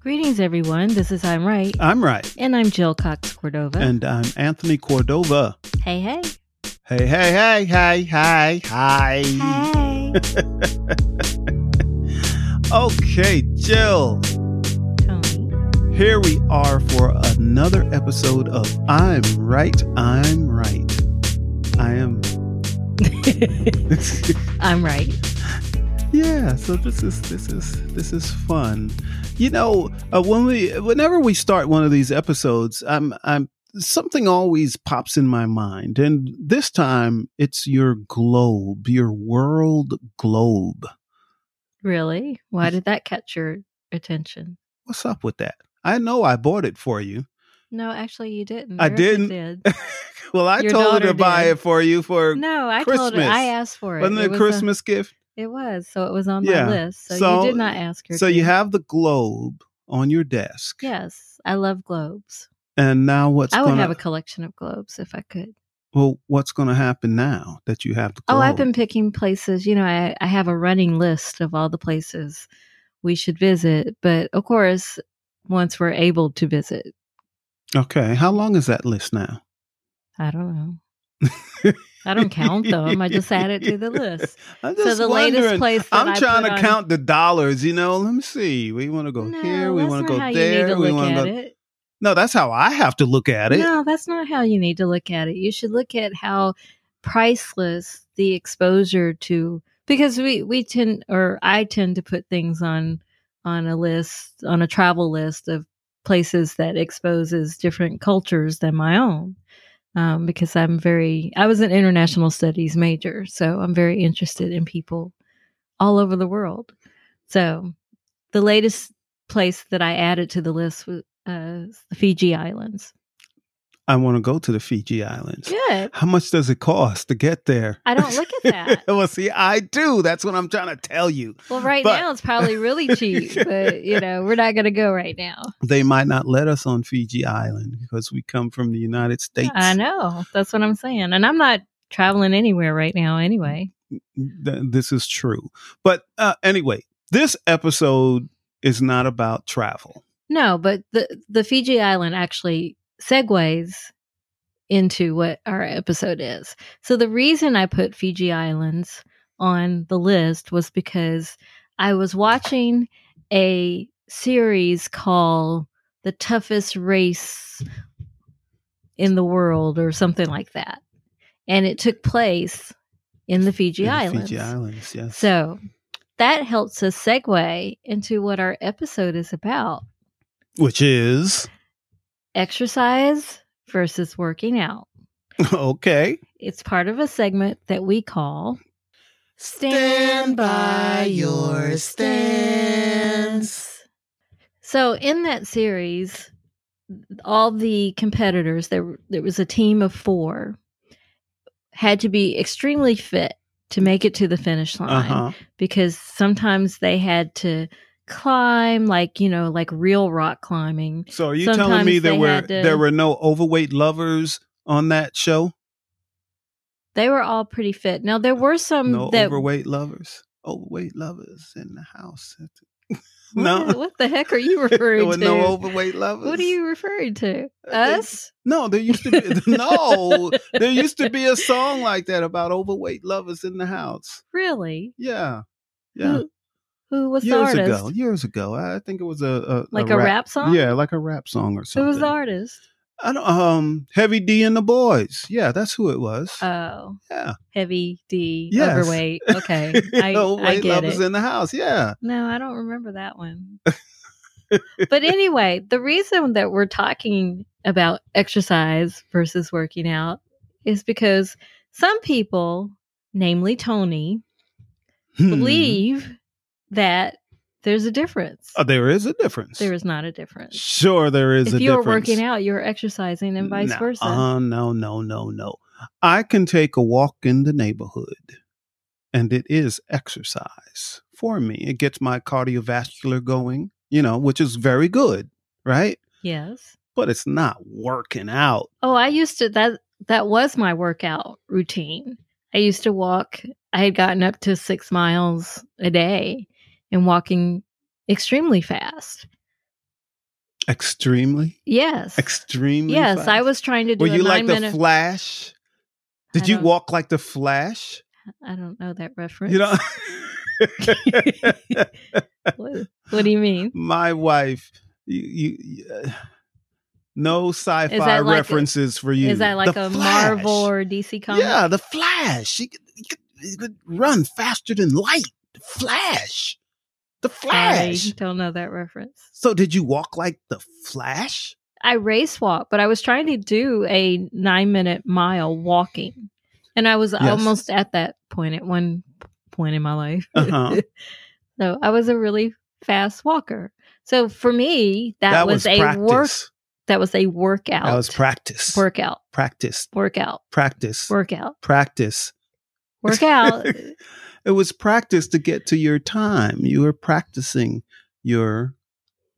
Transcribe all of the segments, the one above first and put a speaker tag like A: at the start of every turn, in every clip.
A: Greetings, everyone. This is I'm Right.
B: I'm right.
A: And I'm Jill Cox Cordova.
B: And I'm Anthony Cordova.
A: hey, hey.
B: Hey, hey, hey, hey, hey, hey.
A: Hey.
B: Okay, Jill.
A: Tony.
B: Here we are for another episode of I'm Right, I'm Right. I am.
A: I'm right.
B: yeah, so this is this is this is fun. You know, uh, when we whenever we start one of these episodes, I'm I'm something always pops in my mind. And this time it's your globe, your world globe.
A: Really? Why did that catch your attention?
B: What's up with that? I know I bought it for you.
A: No, actually, you didn't.
B: I
A: Marissa
B: didn't.
A: Did.
B: well, I
A: Your
B: told her
A: daughter
B: to buy
A: did.
B: it for you for
A: No, I told her.
B: Christmas.
A: I asked for it.
B: wasn't it
A: it
B: a
A: was
B: Christmas gift?
A: it was. So it was on
B: Yeah.
A: my list. So,
B: So-
A: you did not ask her.
B: So
A: to.
B: you have the globe on your desk.
A: Yes. I love globes.
B: And now what's
A: I would
B: gonna
A: have a collection of globes if I could.
B: well, what's gonna happen now that you have the globe?
A: Oh, I've been picking places. You know, I, I have a running list of all the places we should visit, but of course, once we're able to visit,
B: Okay. How long is that list now?
A: I don't know. I don't count them. I just add it to the list.
B: I'm just
A: So the latest
B: wondering.
A: place that
B: I'm trying
A: put
B: to
A: on-
B: count the dollars, you know. Let me see. We want to go
A: No,
B: here. We
A: that's
B: want
A: not
B: to
A: how
B: go
A: you
B: there.
A: need to
B: we
A: look
B: want
A: at
B: to go.
A: it.
B: No, that's how I have to look at it.
A: No, that's not how you need to look at it. You should look at how priceless the exposure to because we we tend or I tend to put things on on a list on a travel list of places that exposes different cultures than my own um, because I'm very I was an international studies major so I'm very interested in people all over the world so the latest place that I added to the list was uh, the Fiji Islands.
B: I want to go to the Fiji Islands.
A: Good.
B: How much does it cost to get there?
A: I don't look at that.
B: well, see, I do. That's what I'm trying to tell you.
A: Well, right
B: But-
A: now it's probably really cheap, but you know, we're not going to go right now.
B: They might not let us on Fiji Island because we come from the United States.
A: I know. That's what I'm saying. And I'm not traveling anywhere right now anyway.
B: Th- This is true. But uh, anyway, this episode is not about travel.
A: No, but the the Fiji Island actually segues into what our episode is. So the reason I put Fiji Islands on the list was because I was watching a series called The Toughest Race in the World or something like that. And it took place in the Fiji
B: in the
A: Islands.
B: Fiji Islands, yes.
A: So that helps us segue into what our episode is about
B: Which is,
A: exercise versus working out.
B: okay.
A: It's part of a segment that we call
C: Stand by your stance.
A: So in that series, all the competitors there there was a team of 4 had to be extremely fit to make it to the finish line.
B: Uh
C: Uh-huh.
B: huh.
A: because sometimes they had to climb like you know like real rock climbing
B: So are you telling me
A: Sometimes
B: there
A: they
B: were
A: had to-
B: there were no overweight lovers on that show?
A: they were all pretty fit now there were some
B: no
A: Um, that
B: overweight lovers. Overweight lovers in the house.
A: what,
B: no.
A: what the heck are you
B: there
A: referring
B: were
A: to
B: no overweight lovers. Uh,
A: what are you referring to
B: They-
A: us
B: No, there used to be no. There used to be a song like that about overweight lovers in the house.
A: really
B: Yeah, yeah.
A: who, who was the
B: years
A: artist
B: ago, years ago, I think it was a, a
A: like a, rap, song
B: Yeah, like a rap song or
A: who
B: something.
A: was the artist
B: I don't. Um, Heavy D and the Boys. Yeah, that's who it was.
A: oh
B: yeah,
A: heavy d
B: Yes.
A: overweight okay i, I
B: overweight
A: get
B: lovers
A: it
B: in the house. Yeah.
A: No, I don't remember that one. but anyway, the reason that we're talking about exercise versus working out is because some people, namely Tony,
B: Hmm.
A: believe that there's a difference.
B: Hmm. Oh, there is a difference.
A: there is not a difference.
B: Sure, there is
A: If
B: a
A: you're
B: difference.
A: working out, you're exercising and vice
B: no,
A: versa.
B: Uh, no, no, no, no. I can take a walk in the neighborhood, and it is exercise for me. It gets my cardiovascular going, you know, which is very good, right?
A: Yes.
B: But it's not working out.
A: Oh, I used to that that was my workout routine. I used to walk. I had gotten up to 6 miles a day and walking extremely fast.
B: Extremely,
A: Yes.
B: extremely.
A: yes,
B: fast.
A: I was trying to do
B: Were
A: a
B: you like
A: nine
B: the
A: minute.
B: Flash? Did
A: I
B: you
A: don't-
B: walk like the Flash?
A: I don't know that reference.
B: You know.
A: what, what do you mean?
B: my wife you, you, you- uh, no
A: Is that
B: sci-fi
A: like a-
B: references for you
A: Is that like
B: The
A: a
B: Flash.
A: Marvel or DC comic?
B: yeah the flash she could, he could, he could run faster than light The flash the
A: I
B: flash
A: don't know that reference.
B: so did you walk like the flash
A: I race walk, but I was trying to do a nine minute mile walking. And I was
B: Yes.
A: almost at that point at one point in my life.
B: Uh-huh.
A: so I was a really fast walker. So for me, that, was, a work that was a workout.
B: that was practice
A: workout.
B: practice
A: Workout.
B: practice
A: Workout.
B: practice
A: Workout.
B: it was practice to get to your time you were practicing your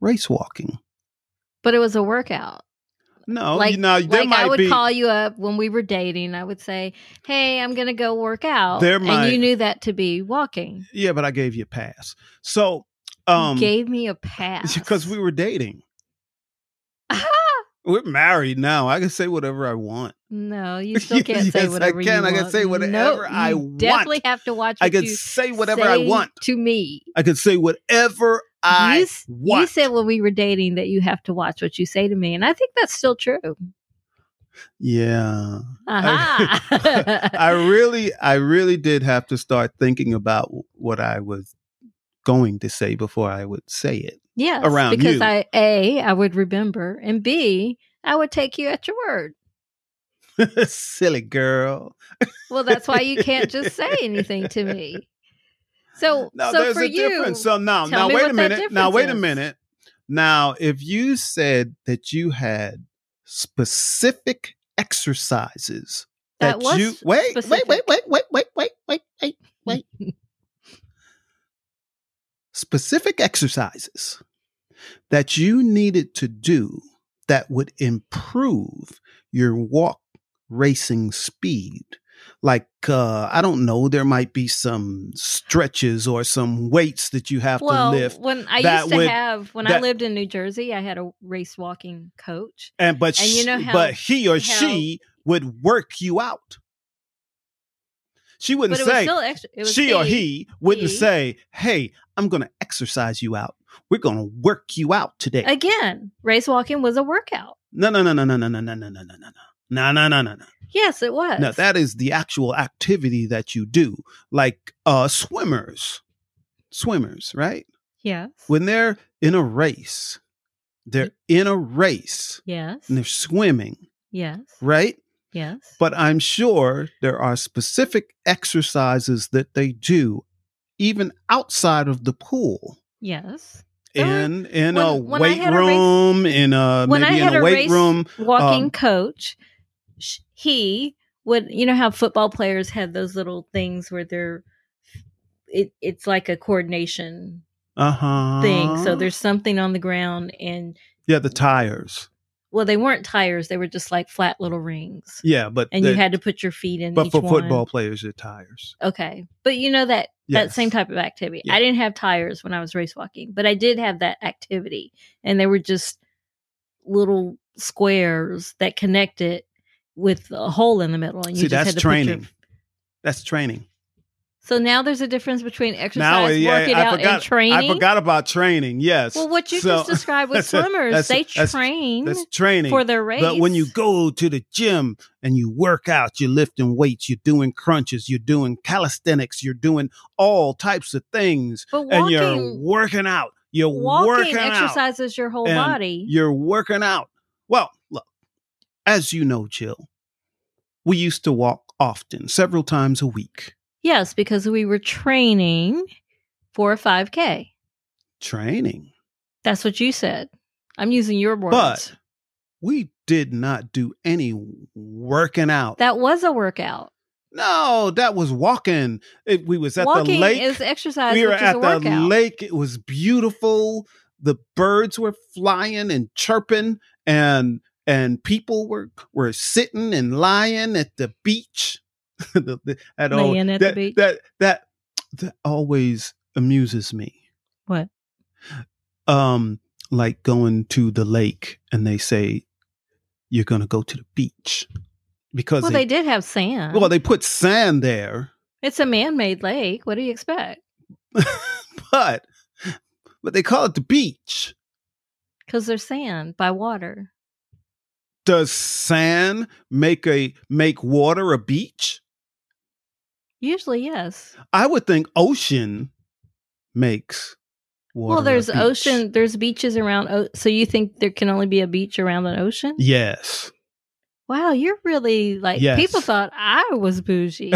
B: race walking
A: but it was a workout.
B: no
A: Like-
B: Oh, you know there
A: like
B: might
A: I would
B: be
A: call you up when we were dating. I would say, "Hey, I'm going to go work out,"
B: There
A: and
B: might-
A: you knew that to be walking.
B: Yeah, but I gave you a pass. So,
A: You
B: um,
A: gave me a pass
B: because we were dating. We're married now. I can say whatever I want.
A: no, you still can't say
B: Yes, I
A: whatever you
B: can. I
A: want.
B: can say whatever
A: Nope,
B: I
A: you
B: want.
A: Definitely have to watch.
B: I
A: what
B: can
A: you
B: say whatever I
A: say
B: want.
A: to me.
B: I can say whatever I
A: you, s-
B: want.
A: you said when we were dating that you have to watch what you say to me, and I think that's still true. Uh,
B: yeah.
A: Aha.
B: I
A: uh
B: really, I really did have to start thinking about what I was going to say before I would say it.
A: yes,
B: around
A: because
B: you.
A: I a I would remember, and b I would take you at your word.
B: Silly girl.
A: Well, that's why you can't just say anything to me. So,
B: No,
A: Oh, so
B: there's
A: for
B: a
A: you,
B: difference. So now,
A: tell
B: now
A: me
B: wait
A: what
B: a
A: that
B: minute. Now
A: difference
B: wait a
A: is.
B: minute. Now, if you said that you had specific exercises
A: that was
B: you wait, wait, wait,
A: specific.
B: wait, wait, wait, wait, wait, wait, wait. specific exercises that you needed to do that would improve your walk racing speed. Like uh, I don't know, there might be some stretches or some weights that you have
A: well,
B: to lift,
A: when I
B: that
A: used to
B: would-
A: have when I
B: that-
A: lived in New Jersey, I had a race walking coach.
B: and but
A: and you
B: sh-
A: know how-
B: but he or
A: how-
B: she would work you out. She wouldn't
A: But it was
B: say,
A: still extra. It was
B: she or
A: he.
B: he wouldn't
A: he.
B: say, "Hey, I'm going to exercise you out. We're going to work you out today."
A: Again, race walking was a workout.
B: no, no, no, no, no, no, no, no, no, no, no, no, no, no, no, no, no.
A: Yes, it was.
B: No, that is the actual activity that you do, like uh, swimmers, swimmers, right?
A: yes.
B: When they're in a race, they're in a race
A: yes.
B: and they're swimming,
A: Yes.
B: right?
A: Yes.
B: But I'm sure there are specific exercises that they do, even outside of the pool.
A: yes. There were-
B: in in a
A: when- when I
B: weight
A: had a race-
B: room, in a
A: when I
B: maybe in
A: had
B: a
A: a
B: weight
A: race-
B: room.
A: walking
B: Um,
A: coach, sh- he would, you know how football players have those little things where they're, it, it's like a coordination
B: Uh huh.
A: thing. So there's something on the ground, and
B: yeah the tires.
A: well, they weren't tires; they were just like flat little rings,
B: Yeah, but
A: and you
B: the-
A: had to put your feet in.
B: but
A: each
B: for
A: one.
B: football players, they're tires.
A: okay. But you know that that
B: Yes.
A: same type of activity.
B: Yeah.
A: I didn't have tires when I was race walking, but I did have that activity, and they were just little squares that connected with a hole in the middle, and you
B: See,
A: just
B: that's
A: had to put your-
B: training. That's training.
A: so now there's a difference between exercise,
B: yeah,
A: working
B: I
A: out,
B: forgot- I
A: and training.
B: I forgot about training. Yes.
A: Well, what you
B: So-
A: just described with
B: that's- that's-
A: swimmers, they
B: that's-
A: train
B: that's training.
A: for their race.
B: But when you go to the gym and you work out, you're lifting weights, you're doing crunches, you're doing calisthenics, you're doing all types of things,
A: but walking,
B: and you're working out. You're
A: walking
B: working out.
A: exercises your whole
B: and
A: body.
B: You're working out. Well, look, as you know, Jill, we used to walk often, several times a week.
A: yes, because we were training for a 5K.
B: Training.
A: That's what you said. I'm using your words.
B: But we did not do any working out.
A: that was a workout.
B: no, that was walking. It, we was at
A: Walking
B: the lake.
A: is exercise,
B: we were
A: which is
B: at
A: a
B: the
A: workout.
B: lake. It was beautiful. The birds were flying and chirping, and and people were were sitting and lying at the beach. The- the- at all-
A: Laying at the
B: that,
A: beach.
B: That that that always amuses me.
A: What?
B: Um, like going to the lake and they say you're going to go to the beach because
A: Well, they did have sand.
B: well they put sand there,
A: it's a man-made lake. What do you expect?
B: but but they call it the beach.
A: Because there's sand by water.
B: Does sand make a make water a beach?
A: Usually, yes.
B: I would think ocean makes water.
A: well,
B: a
A: there's
B: beach.
A: ocean. There's beaches around. O- so you think there can only be a beach around an ocean?
B: Yes.
A: Wow, you're really like
B: Yes.
A: people thought I was bougie.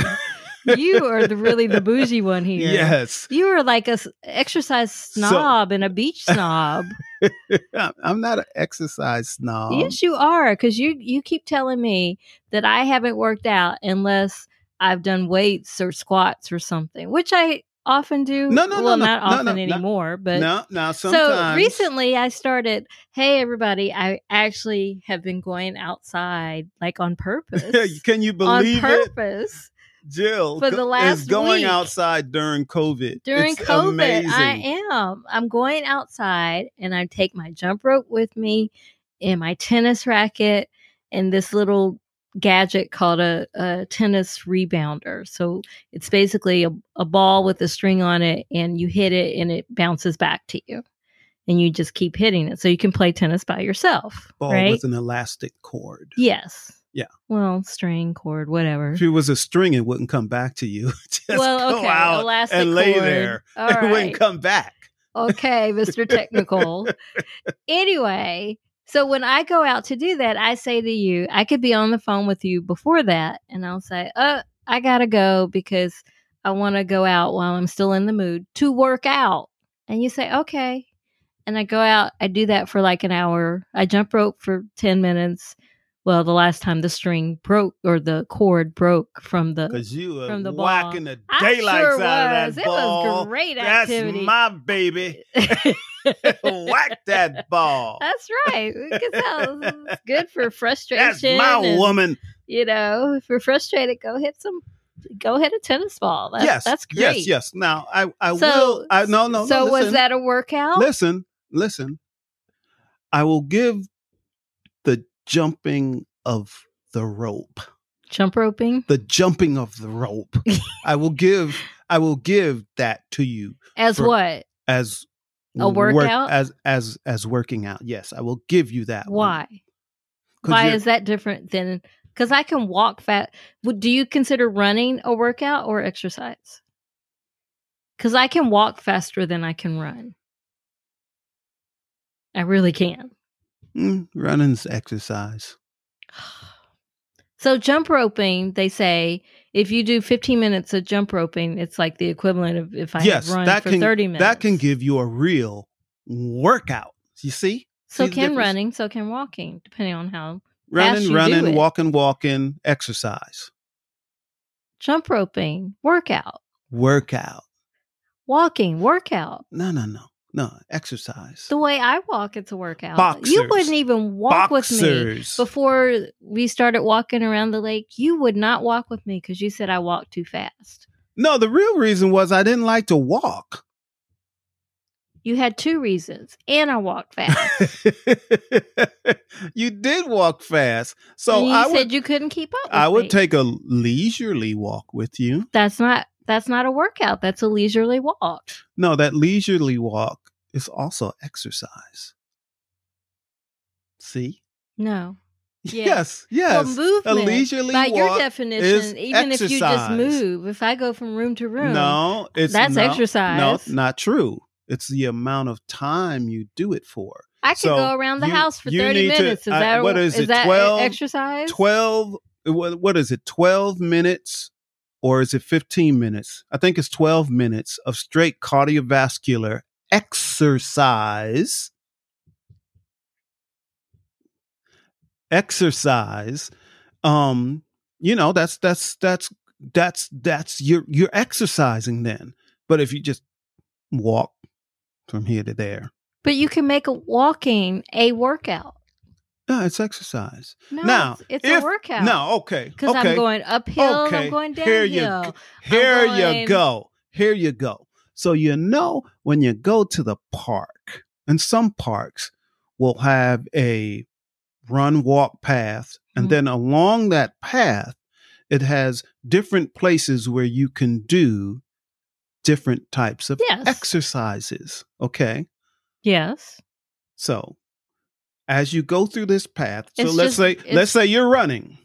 A: you are the, really the bougie one here.
B: Yes.
A: You are like a s- exercise
B: So-
A: snob and a beach snob.
B: I'm not an exercise snob.
A: yes, you are, because you you keep telling me that I haven't worked out unless I've done weights or squats or something, which I often do.
B: No, no, no,
A: well,
B: no,
A: not
B: no, no,
A: often
B: no.
A: anymore, but
B: no, no,
A: so
B: sometimes.
A: recently I started. Hey, everybody! I actually have been going outside, like on purpose.
B: Can you
A: on
B: believe it?
A: purpose.
B: Jill
A: For the
B: go- is
A: last
B: going
A: week.
B: outside during COVID.
A: during
B: It's
A: COVID.
B: amazing.
A: I am. I'm going outside and I take my jump rope with me and my tennis racket and this little gadget called a, a tennis rebounder. So it's basically a, a ball with a string on it and you hit it and it bounces back to you. And you just keep hitting it. So you can play tennis by yourself.
B: Ball
A: right?
B: with an elastic cord.
A: yes.
B: Yeah.
A: Well, string, cord, whatever.
B: If it was a string, it wouldn't come back to you. Just
A: well,
B: go
A: okay.
B: out
A: elastic
B: and lay
A: cord.
B: there.
A: All
B: it
A: right.
B: wouldn't come back.
A: okay, Mr. Technical. anyway, so when I go out to do that, I say to you, I could be on the phone with you before that, and I'll say, "Uh, I gotta go because I want to go out while I'm still in the mood to work out." And you say, "Okay," and I go out. I do that for like an hour. I jump rope for ten minutes. Well, the last time the string broke or the cord broke from the.
B: Because you were
A: Uh, From the ball.
B: whacking the
A: I
B: daylights
A: sure
B: out
A: was.
B: of that
A: it
B: ball.
A: was great
B: That's
A: activity.
B: my baby. Whack that ball.
A: That's right. It can tell. It's good for
B: That's
A: frustration.
B: my
A: and,
B: woman.
A: You know, if you're frustrated, go hit some, go hit a tennis ball. That's,
B: yes,
A: that's great.
B: Yes, yes. Now I, I
A: So-
B: will. I no, no.
A: so
B: no,
A: was
B: listen.
A: that a workout?
B: Listen, listen. I will give the jumping of the rope.
A: Jump roping
B: The jumping of the rope. I will give. I will give that to you
A: as
B: For-
A: what?
B: as
A: A workout?
B: as as as working out. Yes, I will give you that.
A: Why?
B: One. 'Cause
A: Why
B: you're-
A: is that different than? Because I can walk fast. Do you consider running a workout or exercise? Because I can walk faster than I can run. I really can.
B: Mm, running's exercise.
A: So jump roping, they say, if you do 15 minutes of jump roping, it's like the equivalent of if I
B: yes,
A: had run
B: that
A: for
B: can
A: 30 minutes.
B: that can give you a real workout. You see,
A: so
B: see the
A: can
B: difference?
A: running, so can walking, depending on how. Yes, you
B: running,
A: do it.
B: running, walking, walking, exercise,
A: Jump roping, workout,
B: workout.
A: walking, workout.
B: No, no, no, no, exercise.
A: The way I walk, it's a workout. You
B: Boxers.
A: wouldn't even walk with me.
B: Boxers.
A: Before we started walking around the lake, you would not walk with me because you said I walk too fast.
B: No, the real reason was I didn't like to walk.
A: You had two reasons, and I walked fast.
B: you did walk fast, so
A: and you
B: I
A: said
B: would
A: you couldn't keep up. With
B: I would
A: me.
B: take a leisurely walk with you.
A: that's not that's not a workout that's a leisurely walk
B: No, that leisurely walk is also exercise. See?
A: no Yeah.
B: Yes, yes.
A: well movement
B: a leisurely
A: by
B: walk.
A: your definition
B: is
A: even if you just
B: exercise.
A: move if i go from room to room
B: no, it's
A: that's
B: no,
A: exercise
B: No, not true. It's the amount of time you do it for.
A: i could
B: so
A: go around the
B: you-
A: house for
B: you
A: 30
B: need to-
A: minutes is
B: I-
A: that
B: what is it,
A: that e,
B: 12
A: exercise
B: 12 what, what is it? 12 minutes or is it 15 minutes? I think it's 12 minutes of straight cardiovascular exercise. Exercise um you know that's that's that's that's that's you're you're exercising then but if you just walk from here to there
A: but you can make a walking a workout
B: no it's exercise
A: no
B: Now,
A: it's, it's
B: if-
A: a workout
B: no okay
A: because
B: okay
A: i'm going uphill
B: okay,
A: i'm going
B: here
A: downhill
B: you Here
A: going-
B: you go. Here you go. So you know when you go to the park And some parks will have a run walk path. And
A: Mhm.
B: then along that path, it has different places where you can do different types of
A: Yes.
B: exercises. Okay.
A: Yes.
B: So as you go through this path, so
A: It's
B: let's
A: just-
B: say let's
A: it's-
B: say you're running.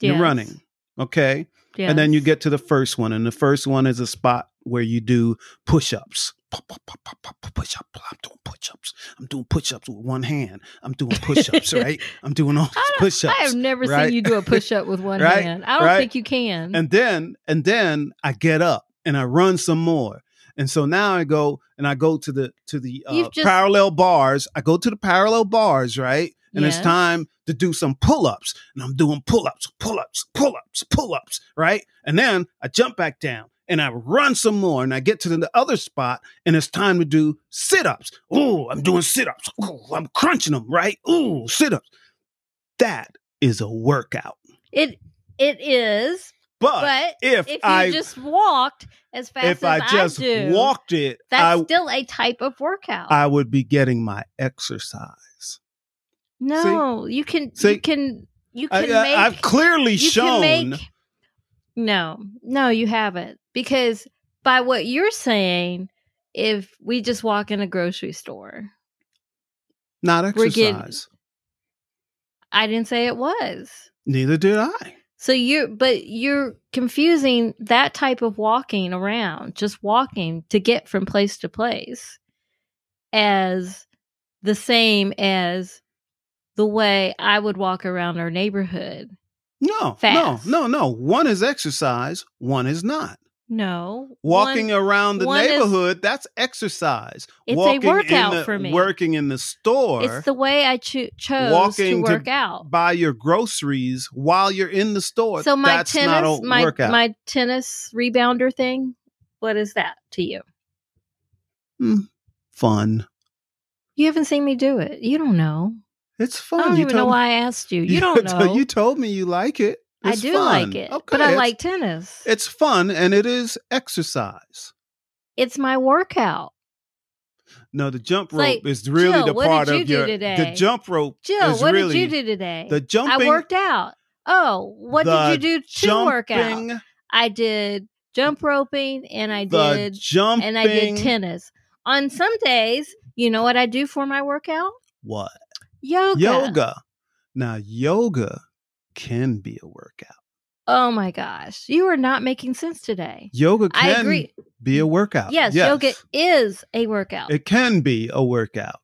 B: You're
A: Yes.
B: running. Okay. And then you
A: Yes.
B: get to the first one. And the first one is a spot where you do push-ups. Pu- pu- pu- pu- pu- pu- Push-up. I'm doing push-ups. I'm doing push-ups with one hand. I'm doing push-ups, right? I'm doing all
A: I
B: these
A: don't- I have
B: push-ups.
A: never
B: right?
A: seen you do a push up with one
B: Right?
A: hand. I don't
B: Right?
A: think you can.
B: And then and then I get up and I run some more. And so now I go and I go to the to the uh,
A: You've just-
B: parallel bars. I go to the parallel bars, right? And it's
A: Yes.
B: time to do some pull-ups. And I'm doing pull-ups, pull-ups, pull-ups, pull-ups, right? And then I jump back down and I run some more and I get to the other spot and it's time to do sit-ups. Ooh, I'm doing sit-ups. Ooh, I'm crunching them, right? Ooh, sit-ups. That is a workout.
A: it it is, but
B: if,
A: if you
B: I
A: just walked as fast
B: if
A: as I,
B: I just
A: do,
B: walked it,
A: that's
B: I
A: still a type of workout.
B: I would be getting my exercise.
A: no, you can
B: See?
A: you can you
B: I,
A: can make
B: have clearly
A: you
B: shown.
A: can make No. No, you haven't. Because by what you're saying, if we just walk in a grocery store,
B: not
A: We're getting-
B: exercise.
A: I didn't say it was.
B: Neither did I.
A: So you're, but you're confusing that type of walking around, just walking to get from place to place, as the same as the way I would walk around our neighborhood.
B: No,
A: Fast.
B: no, no, no. One is exercise, one is not.
A: No,
B: Walking
A: one-
B: around the
A: one is-
B: neighborhood, that's exercise.
A: It's a
B: walking in
A: workout
B: the-
A: for me.
B: Working in the store,
A: it's the way I cho- chose to
B: walking to-
A: work out.
B: buy your groceries while you're in the store.
A: So my
B: that's
A: tennis,
B: not a
A: my
B: workout.
A: my tennis rebounder thing, what is that to you?
B: fun.
A: You haven't seen me do it. You don't know.
B: It's fun.
A: I don't
B: You
A: even
B: told
A: know
B: me-
A: why I asked you. You don't
B: told-
A: know.
B: You told me you like it.
A: I
B: It's
A: do
B: fun.
A: like it,
B: Okay,
A: but I
B: it's-
A: like tennis.
B: It's fun and it is exercise.
A: it's my workout.
B: No, the jump
A: It's like,
B: rope is really
A: Jill,
B: the
A: what did
B: part
A: you
B: of
A: do
B: your the
A: today?
B: jump rope.
A: Jill,
B: is
A: what
B: really
A: did you do today?
B: The jumping,
A: I worked out. Oh, what
B: the
A: did you do to work out?
B: jumping-
A: I did jump roping and I
B: the
A: did
B: jumping.
A: and I did tennis. On some days, you know what I do for my workout?
B: What
A: Yoga.
B: yoga? Now yoga can be a workout.
A: Oh my gosh. You are not making sense today.
B: Yoga
A: I
B: can
A: agree.
B: be a workout.
A: Yes, yoga is a workout.
B: It can be a workout.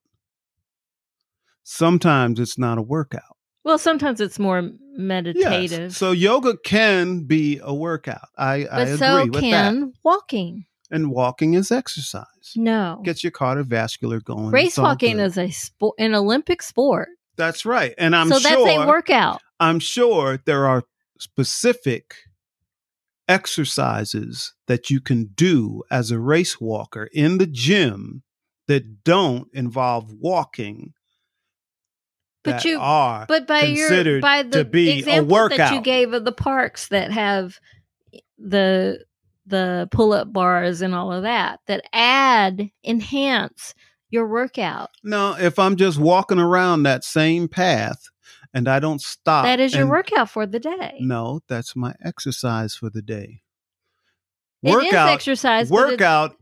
B: Sometimes it's not a workout.
A: well, sometimes it's more
B: Yes.
A: meditative.
B: So yoga can be a workout. I, I
A: but
B: agree
A: so
B: with that.
A: can walking.
B: And walking is exercise.
A: No.
B: Gets your cardiovascular going.
A: Race
B: It's all
A: walking
B: good.
A: is a sport, an Olympic sport.
B: That's right. And I'm
A: so
B: sure
A: that's a workout.
B: I'm sure there are specific exercises that you can do as a race walker in the gym that don't involve walking
A: But
B: that
A: you-
B: are
A: But by your
B: considered
A: by the
B: to be a
A: example that you
B: workout.
A: gave of the parks that have the the pull up bars and all of that that add enhance your workout.
B: No, if I'm just walking around that same path and I don't stop.
A: that is your
B: Uh, and-
A: workout for the day.
B: No, that's my exercise for the day.
A: it is exercise. but it's-
B: workout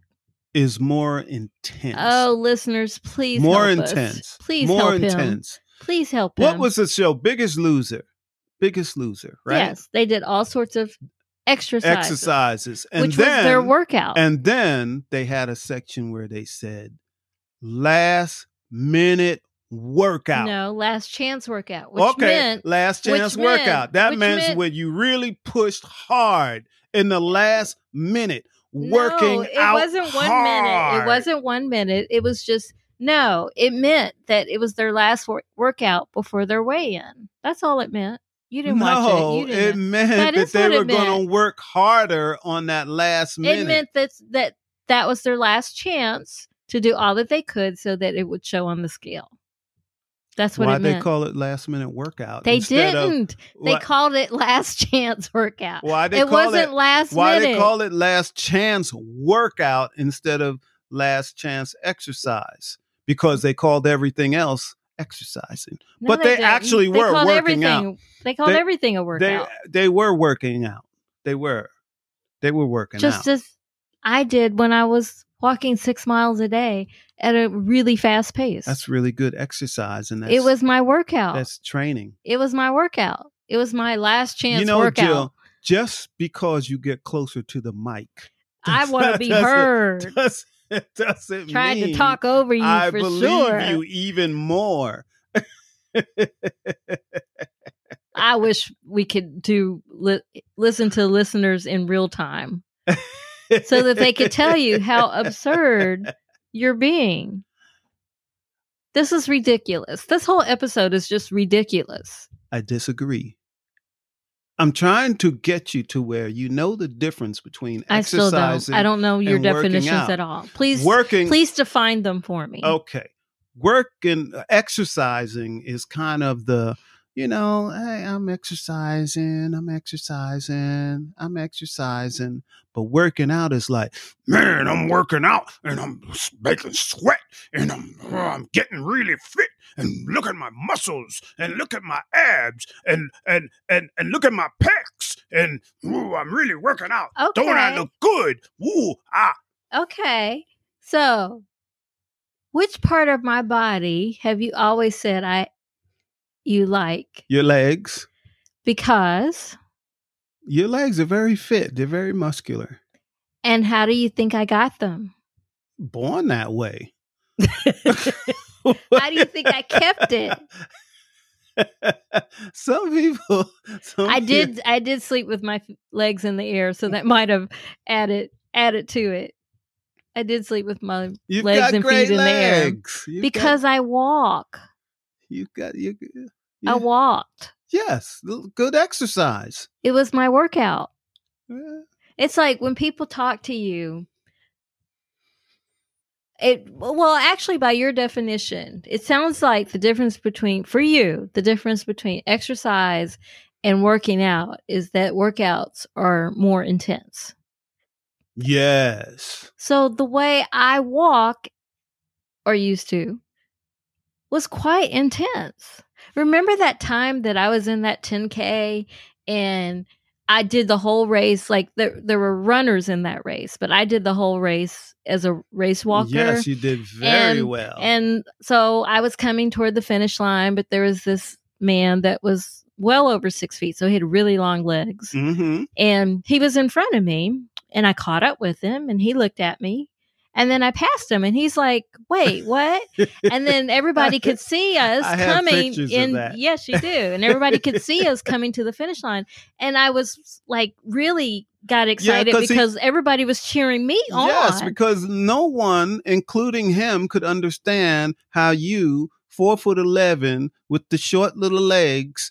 B: is more intense.
A: Oh, listeners, please
B: more
A: help us.
B: intense.
A: Please
B: more
A: help him.
B: intense.
A: Please help
B: What
A: him.
B: was the show? Biggest Loser. Biggest Loser, right?
A: Yes, they did all sorts of exercises,
B: Exercises, and
A: which
B: then
A: was their workout.
B: and then they had a section where they said last minute workout.
A: No, last chance workout, which
B: okay,
A: meant
B: last
A: which
B: chance
A: meant-
B: workout. That
A: which
B: means
A: meant-
B: when you really pushed hard in the last minute, working
A: no, it
B: out
A: wasn't one minute.
B: hard.
A: It wasn't one minute. It was just no. It meant that it was their last wor- workout before their weigh-in. That's all it meant. You didn't watch it.
B: No,
A: You
B: it,
A: didn't.
B: meant
A: That
B: that,
A: is
B: they
A: what it
B: were going
A: meant.
B: to work harder on that last minute.
A: It meant that that that was their last chance to do all that they could so that it would show on the scale. That's what
B: Why
A: it
B: they
A: meant.
B: call it last minute workout?
A: they
B: instead of-
A: didn't. they
B: why-
A: called it last chance workout.
B: why they
A: It
B: call
A: wasn't
B: it
A: last
B: why
A: minute.
B: they call it last chance workout instead of last chance exercise because they called everything else exercising.
A: No,
B: but they,
A: didn't.
B: actually were
A: called
B: working
A: everything,
B: out.
A: They called
B: They-
A: everything a
B: They
A: workout.
B: they were working out. They were. They were working
A: just
B: out.
A: as I did when I was walking six miles a day at a really fast pace.
B: that's really good exercise and that's
A: it was my workout.
B: that's training.
A: It was my workout. It was my last chance
B: you know,
A: workout.
B: Jill, just because you get closer to the mic.
A: I
B: does-
A: want to be
B: doesn't-
A: heard.
B: Does, doesn't
A: Trying to
B: mean
A: talk over you
B: I
A: for
B: believe
A: sure.
B: you even more.
A: I wish we could do li- listen to listeners in real time so that they could tell you how absurd you're being. This is ridiculous. This whole episode is just ridiculous.
B: I disagree. I'm trying to get you to where you know the difference between
A: I still don't.
B: exercising,
A: I don't know your
B: and working
A: definitions
B: out.
A: at all. Please,
B: working. Oh,
A: please define them for me.
B: Okay, working, exercising is kind of the, you know, hey, I'm exercising, I'm exercising, I'm exercising. But working out is like, man, I'm working out and I'm s- making sweat and I'm oh, I'm getting really fit and look at my muscles and look at my abs and and and and look at my pecs and ooh, I'm really working out.
A: Okay.
B: Don't I look good? Ooh, ah,
A: Okay. So, which part of my body have you always said I you like?
B: your legs.
A: Because
B: Your legs are very fit. They're very muscular.
A: and how do you think I got them?
B: Born that way.
A: How do you think I kept it?
B: some people. Some
A: I
B: peo-
A: did I did sleep with my f- legs in the air, so that might have added added to it. I did sleep with my
B: You've
A: legs
B: got
A: and feet
B: great
A: in the air.
B: legs. You've got-
A: because I walk.
B: you've got you.
A: I
B: Yeah.
A: walked.
B: Yes, l- good exercise.
A: It was my workout.
B: Yeah.
A: It's like when people talk to you, it well, actually, by your definition, it sounds like the difference between for you, the difference between exercise and working out is that workouts are more intense.
B: Yes.
A: So the way I walk or used to was quite intense. Remember that time that I was in that 10K and I did the whole race like there there were runners in that race, but I did the whole race as a race walker.
B: Yes, you did very
A: And-
B: well.
A: And so I was coming toward the finish line, but there was this man that was well over six feet. So he had really long legs
B: hmm
A: and he was in front of me and i caught up with him and he looked at me and then i passed him and he's like wait what and then everybody could see us
B: I have
A: coming
B: pictures of
A: in
B: that.
A: yes you do and everybody could see us coming to the finish line and i was like really got excited
B: 'cause he-
A: because everybody was cheering me on
B: Yes, because no one, including him, could understand how you, four foot eleven, with the short little legs,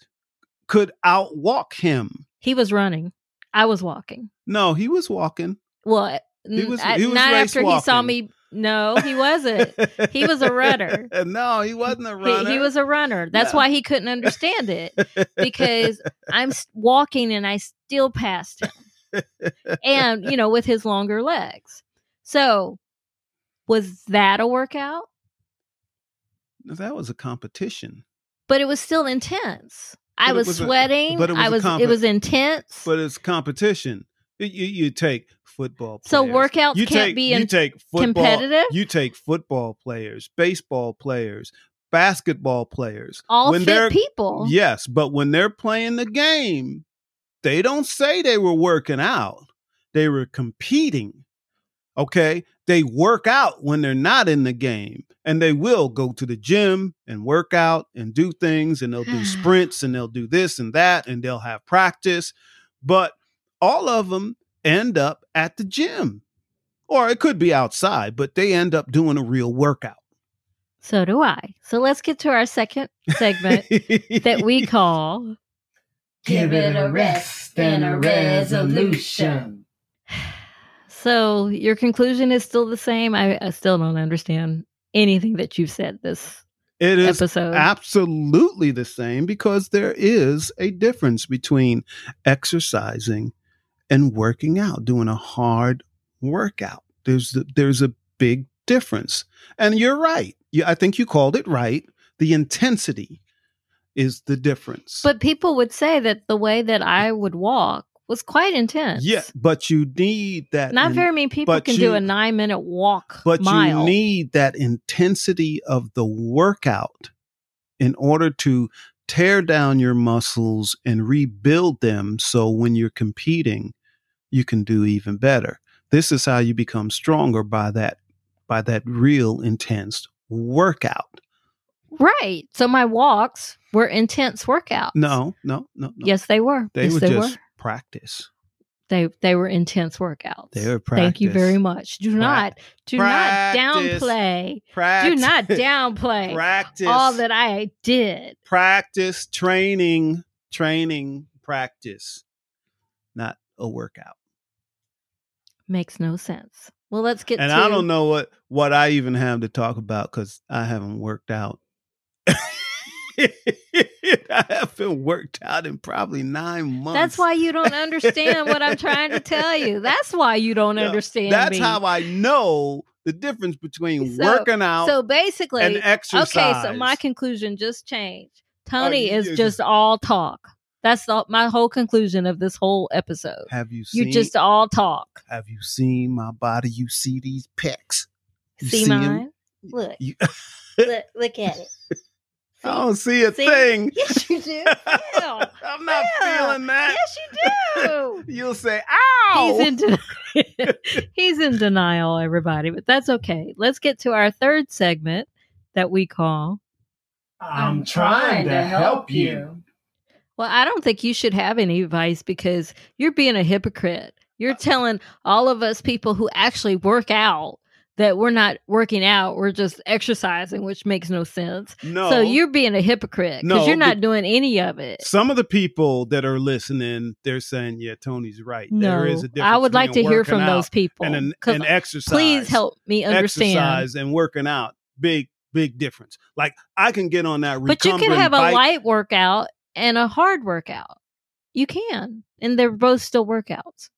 B: could outwalk him.
A: he was running i was walking
B: No, he was walking.
A: well
B: He was-
A: n-
B: he was
A: not
B: race
A: after he saw
B: walking.
A: me no he wasn't He was a runner.
B: no, he wasn't a
A: he,
B: runner.
A: he was a runner that's
B: No.
A: why he couldn't understand it because I'm s- walking and I still passed him. and, you know, with his longer legs. So, was that a workout?
B: that was a competition.
A: But it was still intense. I
B: But it
A: was,
B: was a-
A: sweating.
B: but it was
A: I
B: a
A: was
B: compe-
A: it was intense.
B: But it's competition. You, you- you take football.
A: So
B: players.
A: workouts
B: you
A: can't
B: take,
A: be
B: you
A: in-
B: take football,
A: competitive?
B: You take football players, baseball players, basketball players.
A: all
B: when they're
A: fit people.
B: yes, but when they're playing the game, they don't say they were working out. They were competing. Okay, they work out when they're not in the game, and they will go to the gym and work out and do things, and they'll do sprints and they'll do this and that, and they'll have practice. But all of them end up at the gym, or it could be outside, but they end up doing a real workout.
A: So do I. So let's get to our second segment that we call
C: Give it a rest and a resolution.
A: So your conclusion is still the same. I, I still don't understand anything that you've said this
B: it is
A: episode.
B: absolutely the same because there is a difference between exercising and working out, doing a hard workout. There's there's a big difference. And you're right. You, I think you called it right. The intensity is the difference.
A: But people would say that the way that I would walk was quite intense.
B: yeah, but you need that.
A: Not
B: in-
A: very many people
B: but
A: can
B: you-
A: do a nine minute walk
B: But
A: mile.
B: you need that intensity of the workout in order to tear down your muscles and rebuild them so when you're competing, you can do even better. This is how you become stronger by that by that real intense workout.
A: right. So my walks were intense workouts.
B: No, no, no, no.
A: Yes, they were.
B: They
A: yes,
B: were
A: they
B: just
A: were.
B: practice.
A: They they were intense workouts.
B: They were practice.
A: Thank you very much. Do
B: Prac-
A: not do
B: practice.
A: not downplay.
B: Practice.
A: Do not downplay
B: practice
A: all that I did.
B: practice training training practice not a workout
A: Makes no sense. Well, let's get
B: and
A: to
B: i don't know what what i even have to talk about because i haven't worked out i haven't worked out in probably nine months
A: That's why you don't understand what I'm trying to tell you. That's why you don't
B: Yeah,
A: understand
B: that's
A: me.
B: how i know the difference between
A: So-
B: working out
A: so basically,
B: and exercise
A: Okay, so my conclusion just changed. Tony
B: you-
A: is just all talk. That's the, my whole conclusion of this whole episode.
B: have you seen
A: You just all talk.
B: have you seen my body you see these pecs You
A: See,
B: see 'em?
A: mine? Look.
B: You-
A: look. Look at it.
B: i don't see a
A: Oh, See?
B: thing
A: Yes, you do. Phil.
B: i'm not
A: Phil.
B: feeling that
A: Yes, you do.
B: You'll say, ow!
A: He's in, de- he's in denial, everybody, but that's okay. Let's get to our third segment that we call.
C: I'm trying to help you.
A: Well, I don't think you should have any advice because you're being a hypocrite. You're telling all of us people who actually work out that we're not working out, we're just exercising, which makes no sense.
B: no.
A: So you're being a hypocrite because
B: No,
A: you're not
B: be-
A: doing any of it.
B: Some of the people that are listening, they're saying, yeah, Tony's right.
A: No,
B: there is a difference.
A: I would like to
B: between
A: hear
B: working
A: from
B: out
A: those people.
B: And, an,
A: 'cause
B: and exercise.
A: please help me understand.
B: Exercise and working out. Big, big difference. Like, I can get on that
A: But you can
B: recumbent
A: have a
B: bike.
A: light workout and a hard workout. You can. And they're both still workouts.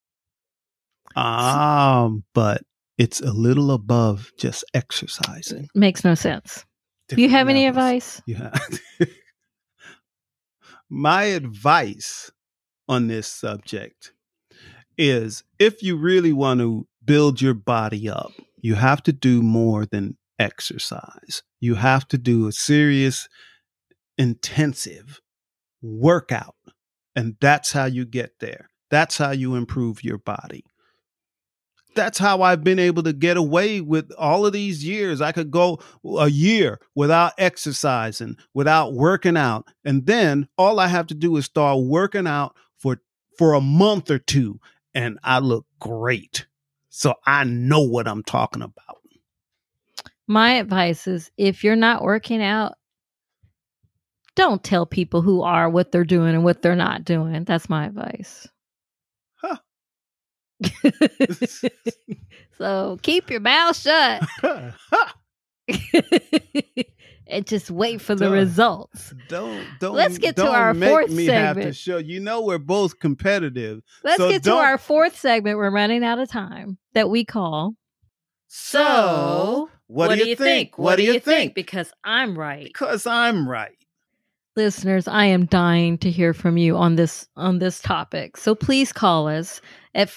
B: Um, but it's a little above just exercising.
A: Makes no sense. Do you
B: Different
A: have any
B: levels.
A: advice?
B: Yeah. My advice on this subject is if you really want to build your body up, you have to do more than exercise. You have to do a serious, intensive workout. And that's how you get there. That's how you improve your body. That's how I've been able to get away with all of these years. I could go a year without exercising, without working out. And then all I have to do is start working out for for a month or two and I look great. So I know what I'm talking about.
A: My advice is if you're not working out, don't tell people who are what they're doing and what they're not doing. That's my advice.
B: Huh.
A: so keep your mouth shut and just wait for the
B: Duh.
A: results.
B: don't don't
A: Let's get to
B: don't
A: our
B: make
A: fourth
B: me have to
A: segment.
B: show. You know we're both competitive.
A: Let's
B: So
A: get to
B: don't-
A: our fourth segment. We're running out of time that we call
C: So,
B: what, do, you think? What do you think?
A: Because I'm right.
B: Because I'm right.
A: Listeners, I am dying to hear from you on this on this topic. So please call us at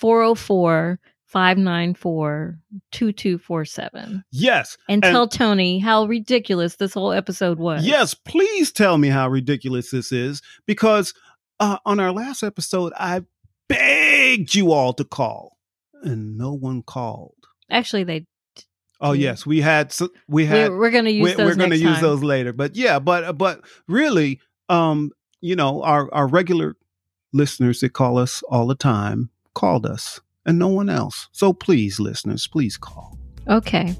A: 404-594-2247
B: Yes.
A: and tell Tony how ridiculous this whole episode was.
B: Yes, please tell me how ridiculous this is because uh, on our last episode, I begged you all to call, and no one called.
A: Actually, they
B: Oh
A: Yeah.
B: yes, we had s- we had
A: we, we're going to use
B: we,
A: those
B: are going to
A: next
B: use
A: time.
B: those later. But yeah, but uh, but really, um, you know, our our regular listeners that call us all the time called us, and no one else. So please, listeners, please call.
A: Okay.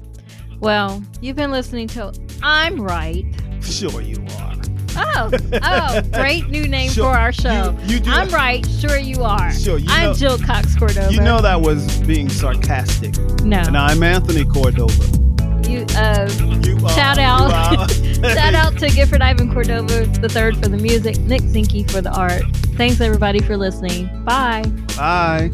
A: Well, you've been listening to I'm Right.
B: Sure, you are.
A: Oh, oh, great new name
B: Sure.
A: for our show.
B: You, you do.
A: I'm right, sure you are.
B: Sure, you
A: I'm
B: know-
A: Jill Cox Cordova.
B: You know that was being sarcastic,
A: no.
B: and I'm Anthony Cordova.
A: You, uh,
B: You are-
A: Shout out.
B: you are.
A: shout out to Gifford Ivan Cordova the third for the music, Nick Zinke for the art. Thanks everybody for listening. Bye.
B: Bye.